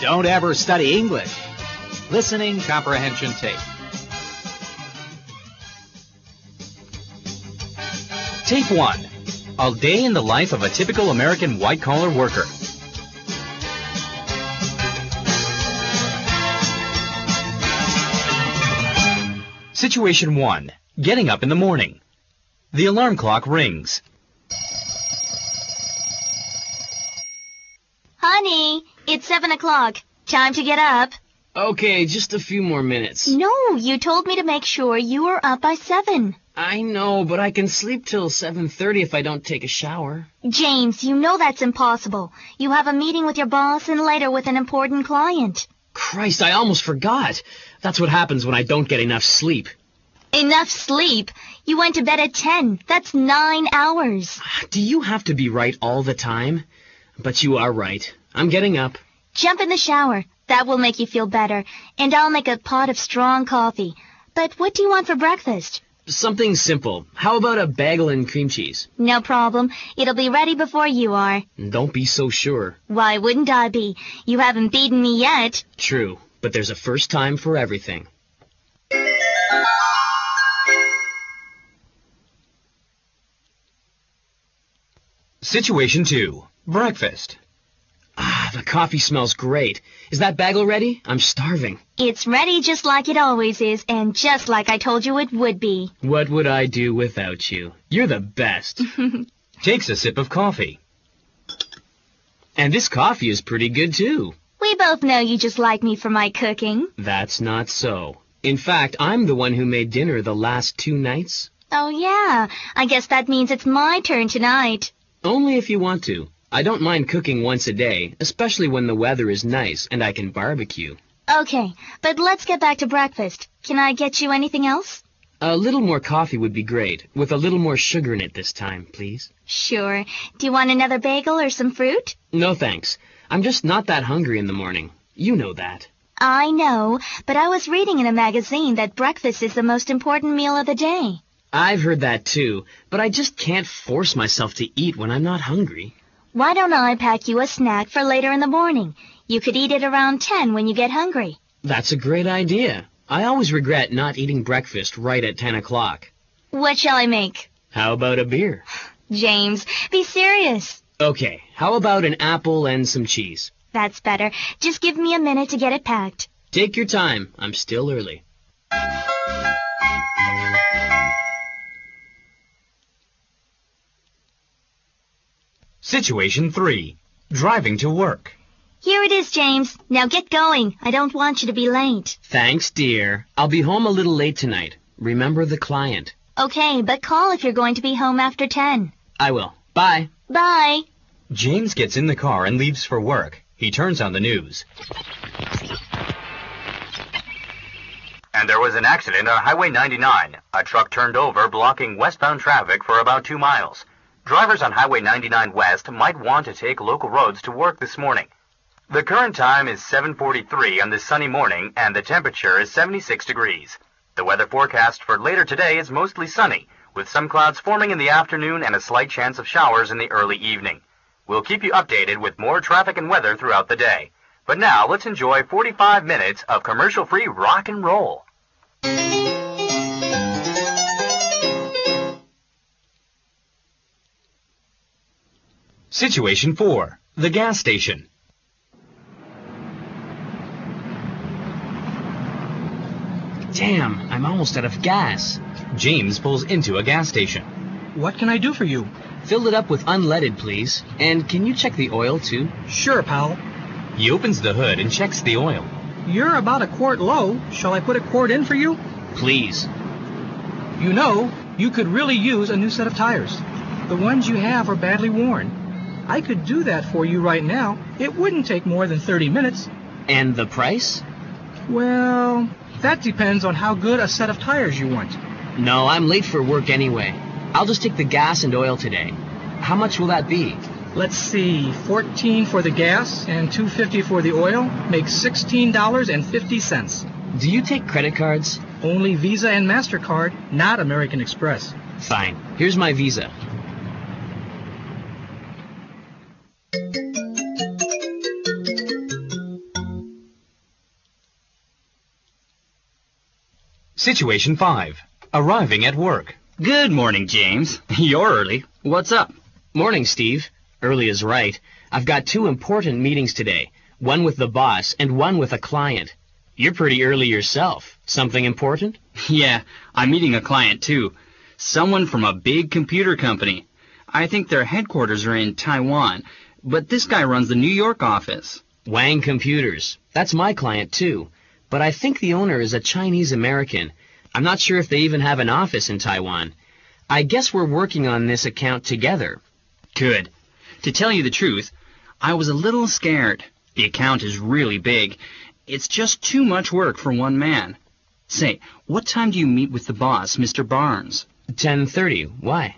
Don't ever study English. Listening comprehension tape. Take one. A day in the life of a typical American white collar worker. Situation one. Getting up in the morning. The alarm clock rings. Honey, it's seven o'clock. Time to get up. Okay, just a few more minutes. No, you told me to make sure you were up by seven. I know, but I can sleep till 7:30 if I don't take a shower. James, you know that's impossible. You have a meeting with your boss and later with an important client. Christ, I almost forgot. That's what happens when I don't get enough sleep. Enough sleep. You went to bed at ten. That's nine hours. Do you have to be right all the time? But you are right. I'm getting up. Jump in the shower. That will make you feel better. And I'll make a pot of strong coffee. But what do you want for breakfast? Something simple. How about a bagel and cream cheese? No problem. It'll be ready before you are. Don't be so sure. Why wouldn't I be? You haven't beaten me yet. True, but there's a first time for everything. Situation two. Breakfast. Ah, the coffee smells great. Is that bagel ready? I'm starving. It's ready just like it always is and just like I told you it would be. What would I do without you? You're the best. Takes a sip of coffee. and this coffee is pretty good too. We both know you just like me for my cooking. That's not so. In fact, I'm the one who made dinner the last two nights. Oh, yeah. I guess that means it's my turn tonight. Only if you want to. I don't mind cooking once a day, especially when the weather is nice and I can barbecue. Okay, but let's get back to breakfast. Can I get you anything else? A little more coffee would be great, with a little more sugar in it this time, please. Sure. Do you want another bagel or some fruit? No thanks. I'm just not that hungry in the morning. You know that. I know, but I was reading in a magazine that breakfast is the most important meal of the day. I've heard that too, but I just can't force myself to eat when I'm not hungry. Why don't I pack you a snack for later in the morning? You could eat it around 10 when you get hungry. That's a great idea. I always regret not eating breakfast right at 10 o'clock. What shall I make? How about a beer? James, be serious. Okay, how about an apple and some cheese? That's better. Just give me a minute to get it packed. Take your time. I'm still early. Situation three. Driving to work. Here it is, James. Now get going. I don't want you to be late. Thanks, dear. I'll be home a little late tonight. Remember the client. Okay, but call if you're going to be home after 10. I will. Bye. Bye. James gets in the car and leaves for work. He turns on the news. And there was an accident on Highway 99. A truck turned over, blocking westbound traffic for about two miles. Drivers on Highway 99 West might want to take local roads to work this morning. The current time is 7:43 on this sunny morning, and the temperature is 76 degrees. The weather forecast for later today is mostly sunny, with some clouds forming in the afternoon and a slight chance of showers in the early evening. We'll keep you updated with more traffic and weather throughout the day. But now let's enjoy 45 minutes of commercial-free rock and roll. Situation 4. The gas station. Damn, I'm almost out of gas. James pulls into a gas station. What can I do for you? Fill it up with unleaded, please. And can you check the oil, too? Sure, pal. He opens the hood and checks the oil. You're about a quart low. Shall I put a quart in for you? Please. You know, you could really use a new set of tires. The ones you have are badly worn. I could do that for you right now. It wouldn't take more than 30 minutes. And the price? Well, that depends on how good a set of tires you want. No, I'm late for work anyway. I'll just take the gas and oil today. How much will that be? Let's see, 14 for the gas and 250 for the oil makes $16.50. Do you take credit cards? Only Visa and MasterCard, not American Express. Fine. Here's my visa. Situation 5. Arriving at work. Good morning, James. You're early. What's up? Morning, Steve. Early is right. I've got two important meetings today one with the boss and one with a client. You're pretty early yourself. Something important? Yeah, I'm meeting a client too. Someone from a big computer company. I think their headquarters are in Taiwan, but this guy runs the New York office. Wang Computers. That's my client, too. But I think the owner is a Chinese American. I'm not sure if they even have an office in Taiwan. I guess we're working on this account together. Good. To tell you the truth, I was a little scared. The account is really big. It's just too much work for one man. Say, what time do you meet with the boss, Mr. Barnes? 10:30. Why?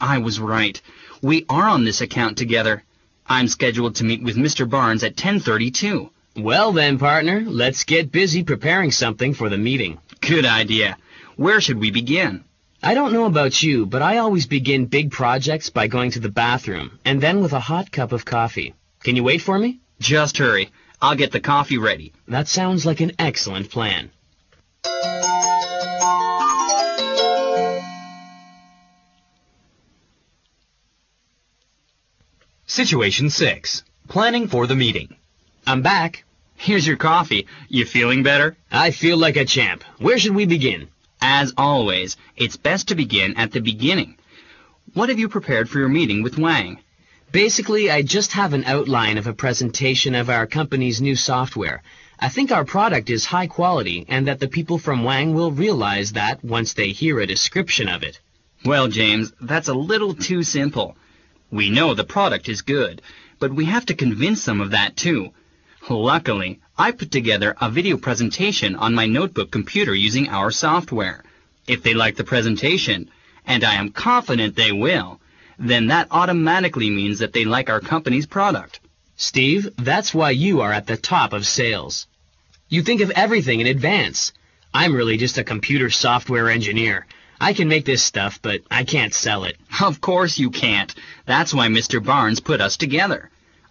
I was right. We are on this account together. I'm scheduled to meet with Mr. Barnes at 10:30 too. Well then, partner, let's get busy preparing something for the meeting. Good idea. Where should we begin? I don't know about you, but I always begin big projects by going to the bathroom and then with a hot cup of coffee. Can you wait for me? Just hurry. I'll get the coffee ready. That sounds like an excellent plan. Situation 6. Planning for the meeting. I'm back. Here's your coffee. You feeling better? I feel like a champ. Where should we begin? As always, it's best to begin at the beginning. What have you prepared for your meeting with Wang? Basically, I just have an outline of a presentation of our company's new software. I think our product is high quality and that the people from Wang will realize that once they hear a description of it. Well, James, that's a little too simple. We know the product is good, but we have to convince them of that too. Luckily, I put together a video presentation on my notebook computer using our software. If they like the presentation, and I am confident they will, then that automatically means that they like our company's product. Steve, that's why you are at the top of sales. You think of everything in advance. I'm really just a computer software engineer. I can make this stuff, but I can't sell it. Of course you can't. That's why Mr. Barnes put us together.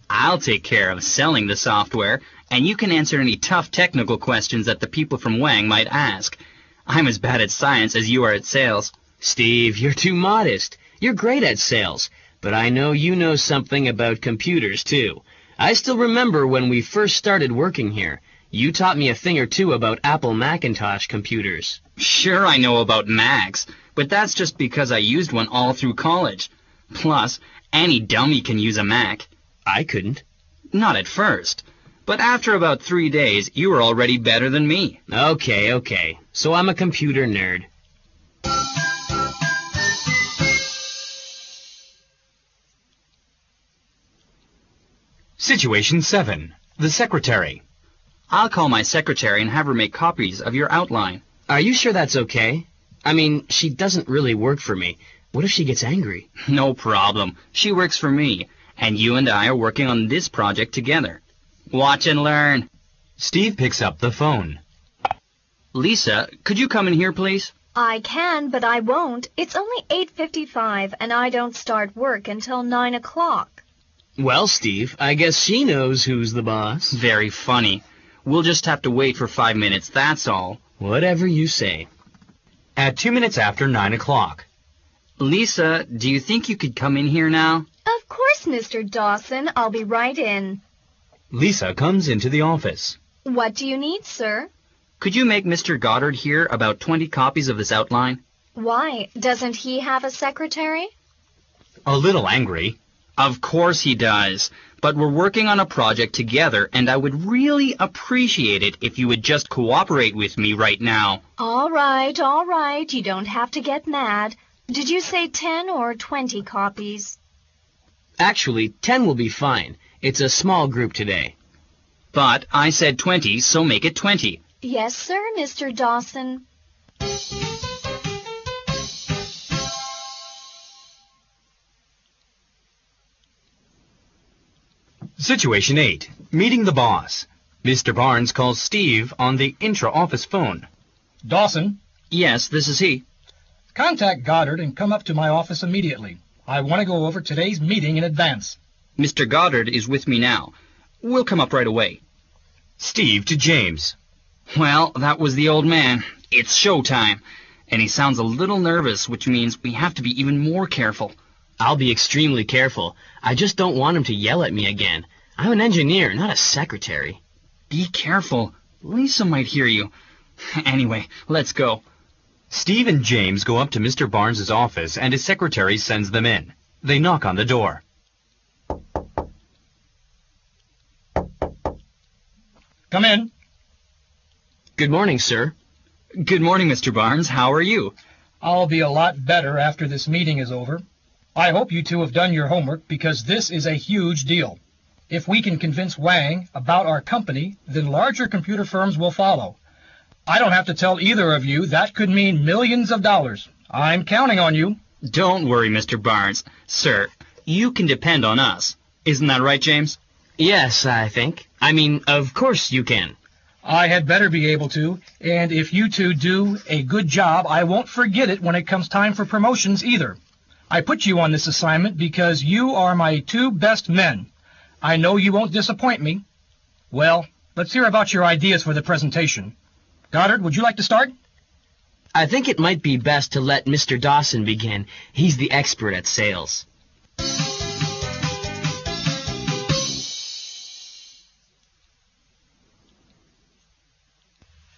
I'll take care of selling the software, and you can answer any tough technical questions that the people from Wang might ask. I'm as bad at science as you are at sales. Steve, you're too modest. You're great at sales, but I know you know something about computers, too. I still remember when we first started working here. You taught me a thing or two about Apple Macintosh computers. Sure, I know about Macs, but that's just because I used one all through college. Plus, any dummy can use a Mac. I couldn't. Not at first. But after about three days, you were already better than me. Okay, okay. So I'm a computer nerd. Situation 7. The secretary. I'll call my secretary and have her make copies of your outline. Are you sure that's okay? I mean, she doesn't really work for me. What if she gets angry? No problem. She works for me, and you and I are working on this project together. Watch and learn. Steve picks up the phone. Lisa, could you come in here, please? I can, but I won't. It's only 8.55, and I don't start work until 9 o'clock. Well, Steve, I guess she knows who's the boss. Very funny. We'll just have to wait for five minutes, that's all. Whatever you say. At 2 minutes after 9 o'clock. Lisa, do you think you could come in here now? Of course, Mr. Dawson. I'll be right in. Lisa comes into the office. What do you need, sir? Could you make Mr. Goddard here about 20 copies of this outline? Why, doesn't he have a secretary? A little angry. Of course he does. But we're working on a project together, and I would really appreciate it if you would just cooperate with me right now. All right, all right. You don't have to get mad. Did you say 10 or 20 copies? Actually, 10 will be fine. It's a small group today. But I said 20, so make it 20. Yes, sir, Mr. Dawson. Situation 8. Meeting the boss. Mr. Barnes calls Steve on the intra office phone. Dawson, Yes, this is he. contact Goddard and come up to my office immediately. I want to go over today's meeting in advance. Mr. Goddard is with me now. We'll come up right away. Steve to James. Well, that was the old man. it's showtime. And he sounds a little nervous, which means we have to be even more careful. I'll be extremely careful. I just don't want him to yell at me again. I'm an engineer, not a secretary. Be careful. Lisa might hear you. Anyway, let's go. Steve and James go up to Mr. Barnes' office, and his secretary sends them in. They knock on the door. Come in. Good morning, sir. Good morning, Mr. Barnes. How are you? I'll be a lot better after this meeting is over. I hope you two have done your homework because this is a huge deal. If we can convince Wang about our company, then larger computer firms will follow. I don't have to tell either of you that could mean millions of dollars. I'm counting on you. Don't worry, Mr. Barnes. Sir, you can depend on us. Isn't that right, James? Yes, I think. I mean, of course you can. I had better be able to, and if you two do a good job, I won't forget it when it comes time for promotions either. I put you on this assignment because you are my two best men. I know you won't disappoint me. Well, let's hear about your ideas for the presentation. Goddard, would you like to start? I think it might be best to let Mr. Dawson begin. He's the expert at sales.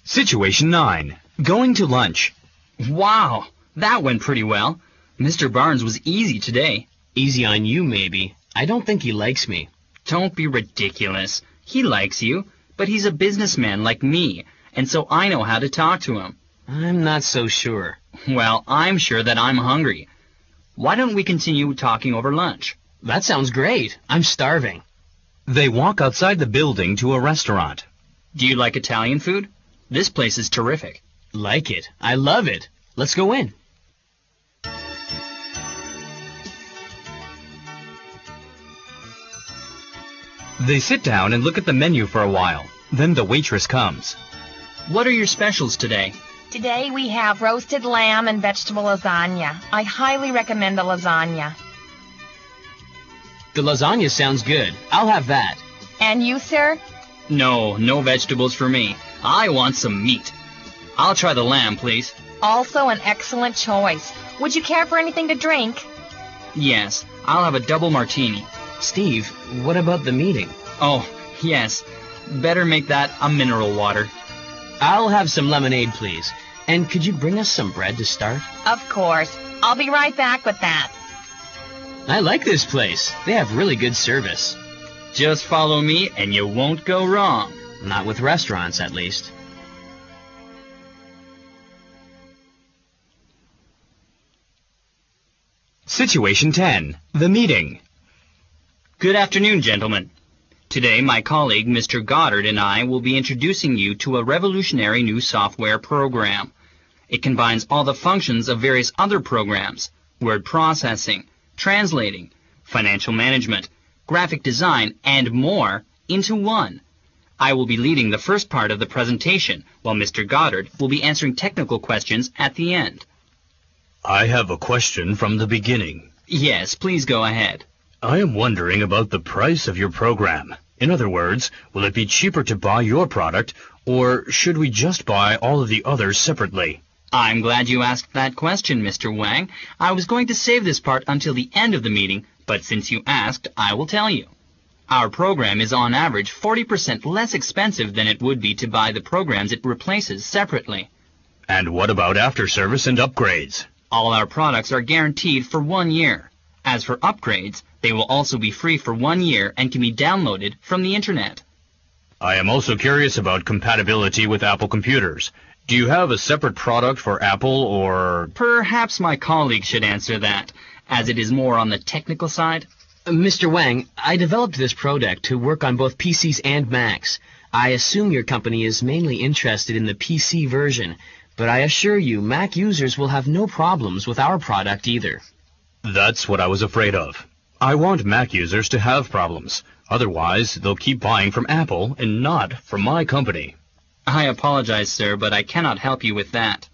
Situation 9. Going to lunch. Wow, that went pretty well. Mr. Barnes was easy today. Easy on you, maybe. I don't think he likes me. Don't be ridiculous. He likes you, but he's a businessman like me, and so I know how to talk to him. I'm not so sure. Well, I'm sure that I'm hungry. Why don't we continue talking over lunch? That sounds great. I'm starving. They walk outside the building to a restaurant. Do you like Italian food? This place is terrific. Like it. I love it. Let's go in. They sit down and look at the menu for a while. Then the waitress comes. What are your specials today? Today we have roasted lamb and vegetable lasagna. I highly recommend the lasagna. The lasagna sounds good. I'll have that. And you, sir? No, no vegetables for me. I want some meat. I'll try the lamb, please. Also an excellent choice. Would you care for anything to drink? Yes, I'll have a double martini. Steve, what about the meeting? Oh, yes. Better make that a mineral water. I'll have some lemonade, please. And could you bring us some bread to start? Of course. I'll be right back with that. I like this place. They have really good service. Just follow me and you won't go wrong. Not with restaurants, at least. Situation 10. The meeting. Good afternoon, gentlemen. Today, my colleague Mr. Goddard and I will be introducing you to a revolutionary new software program. It combines all the functions of various other programs word processing, translating, financial management, graphic design, and more into one. I will be leading the first part of the presentation, while Mr. Goddard will be answering technical questions at the end. I have a question from the beginning. Yes, please go ahead. I am wondering about the price of your program. In other words, will it be cheaper to buy your product, or should we just buy all of the others separately? I'm glad you asked that question, Mr. Wang. I was going to save this part until the end of the meeting, but since you asked, I will tell you. Our program is on average 40% less expensive than it would be to buy the programs it replaces separately. And what about after service and upgrades? All our products are guaranteed for one year. As for upgrades, they will also be free for one year and can be downloaded from the internet. I am also curious about compatibility with Apple computers. Do you have a separate product for Apple or. Perhaps my colleague should answer that, as it is more on the technical side. Uh, Mr. Wang, I developed this product to work on both PCs and Macs. I assume your company is mainly interested in the PC version, but I assure you, Mac users will have no problems with our product either. That's what I was afraid of. I want Mac users to have problems. Otherwise, they'll keep buying from Apple and not from my company. I apologize, sir, but I cannot help you with that.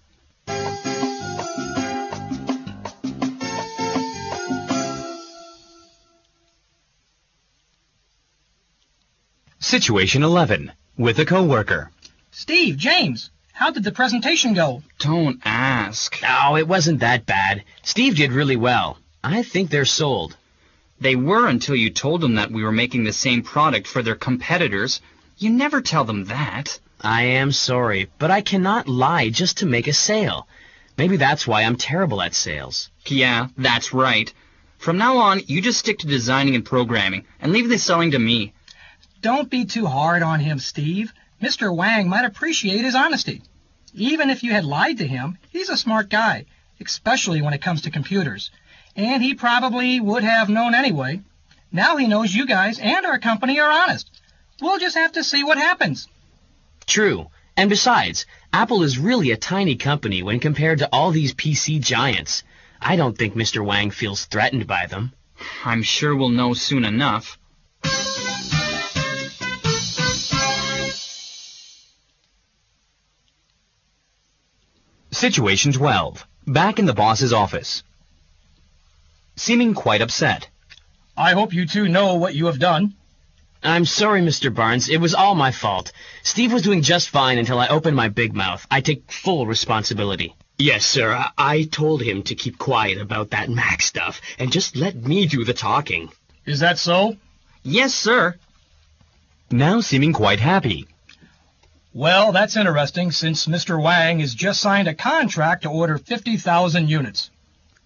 Situation 11. With a coworker. Steve, James, How did the presentation go? Don't ask. Oh, it wasn't that bad. Steve did really well. I think they're sold. They were until you told them that we were making the same product for their competitors. You never tell them that. I am sorry, but I cannot lie just to make a sale. Maybe that's why I'm terrible at sales. Yeah, that's right. From now on, you just stick to designing and programming and leave the selling to me. Don't be too hard on him, Steve. Mr. Wang might appreciate his honesty. Even if you had lied to him, he's a smart guy, especially when it comes to computers. And he probably would have known anyway. Now he knows you guys and our company are honest. We'll just have to see what happens. True. And besides, Apple is really a tiny company when compared to all these PC giants. I don't think Mr. Wang feels threatened by them. I'm sure we'll know soon enough. Situation 12. Back in the boss's office. Seeming quite upset. I hope you two know what you have done. I'm sorry, Mr. Barnes. It was all my fault. Steve was doing just fine until I opened my big mouth. I take full responsibility. Yes, sir. I, I told him to keep quiet about that Mac stuff and just let me do the talking. Is that so? Yes, sir. Now seeming quite happy. Well, that's interesting since Mr. Wang has just signed a contract to order 50,000 units.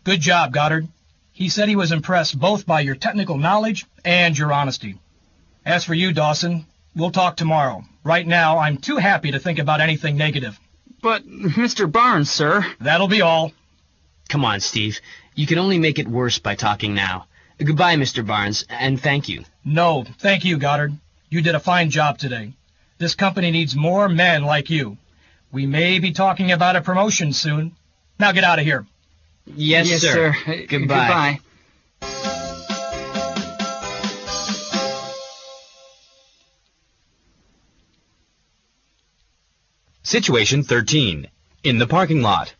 Good job, Goddard. He said he was impressed both by your technical knowledge and your honesty. As for you, Dawson, we'll talk tomorrow. Right now, I'm too happy to think about anything negative. But, Mr. Barnes, sir. That'll be all. Come on, Steve. You can only make it worse by talking now. Goodbye, Mr. Barnes, and thank you. No, thank you, Goddard. You did a fine job today. This company needs more men like you. We may be talking about a promotion soon. Now get out of here. Yes, yes sir. sir. Goodbye. Goodbye. Situation 13. In the parking lot.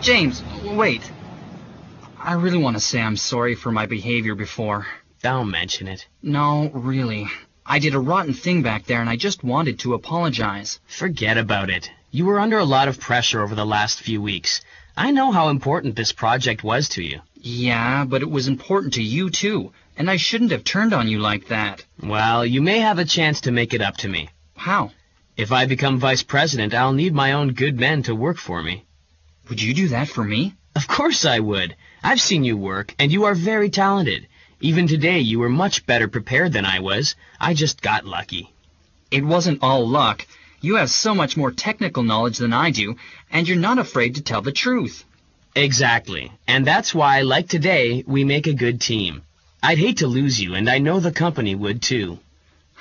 James, wait. I really want to say I'm sorry for my behavior before. Don't mention it. No, really. I did a rotten thing back there and I just wanted to apologize. Forget about it. You were under a lot of pressure over the last few weeks. I know how important this project was to you. Yeah, but it was important to you too, and I shouldn't have turned on you like that. Well, you may have a chance to make it up to me. How? If I become vice president, I'll need my own good men to work for me. Would you do that for me? Of course I would. I've seen you work, and you are very talented. Even today, you were much better prepared than I was. I just got lucky. It wasn't all luck. You have so much more technical knowledge than I do, and you're not afraid to tell the truth. Exactly. And that's why, like today, we make a good team. I'd hate to lose you, and I know the company would too.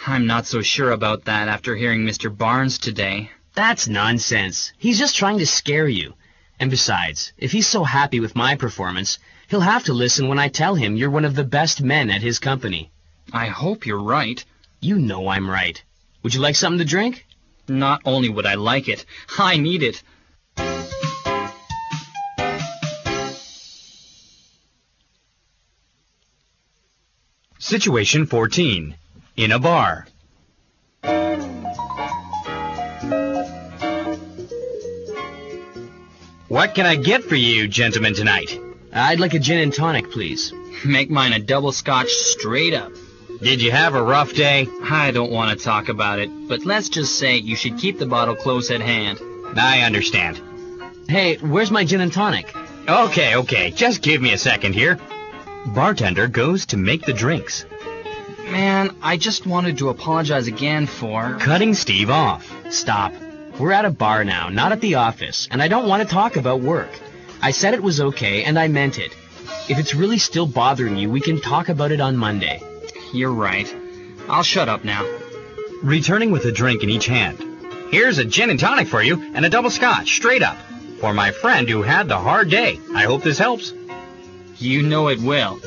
I'm not so sure about that after hearing Mr. Barnes today. That's nonsense. He's just trying to scare you. And besides, if he's so happy with my performance, he'll have to listen when I tell him you're one of the best men at his company. I hope you're right. You know I'm right. Would you like something to drink? Not only would I like it, I need it. Situation 14. In a bar. What can I get for you, gentlemen, tonight? I'd like a gin and tonic, please. Make mine a double scotch straight up. Did you have a rough day? I don't want to talk about it, but let's just say you should keep the bottle close at hand. I understand. Hey, where's my gin and tonic? Okay, okay, just give me a second here. Bartender goes to make the drinks. Man, I just wanted to apologize again for. Cutting Steve off. Stop. We're at a bar now, not at the office, and I don't want to talk about work. I said it was okay, and I meant it. If it's really still bothering you, we can talk about it on Monday. You're right. I'll shut up now. Returning with a drink in each hand. Here's a gin and tonic for you and a double scotch, straight up. For my friend who had the hard day. I hope this helps. You know it will.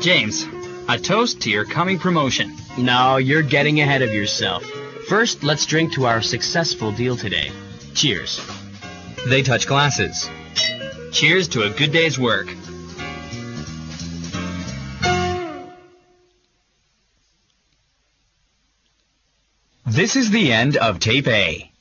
James, a toast to your coming promotion. No, you're getting ahead of yourself. First, let's drink to our successful deal today. Cheers. They touch glasses. Cheers to a good day's work. This is the end of Tape A.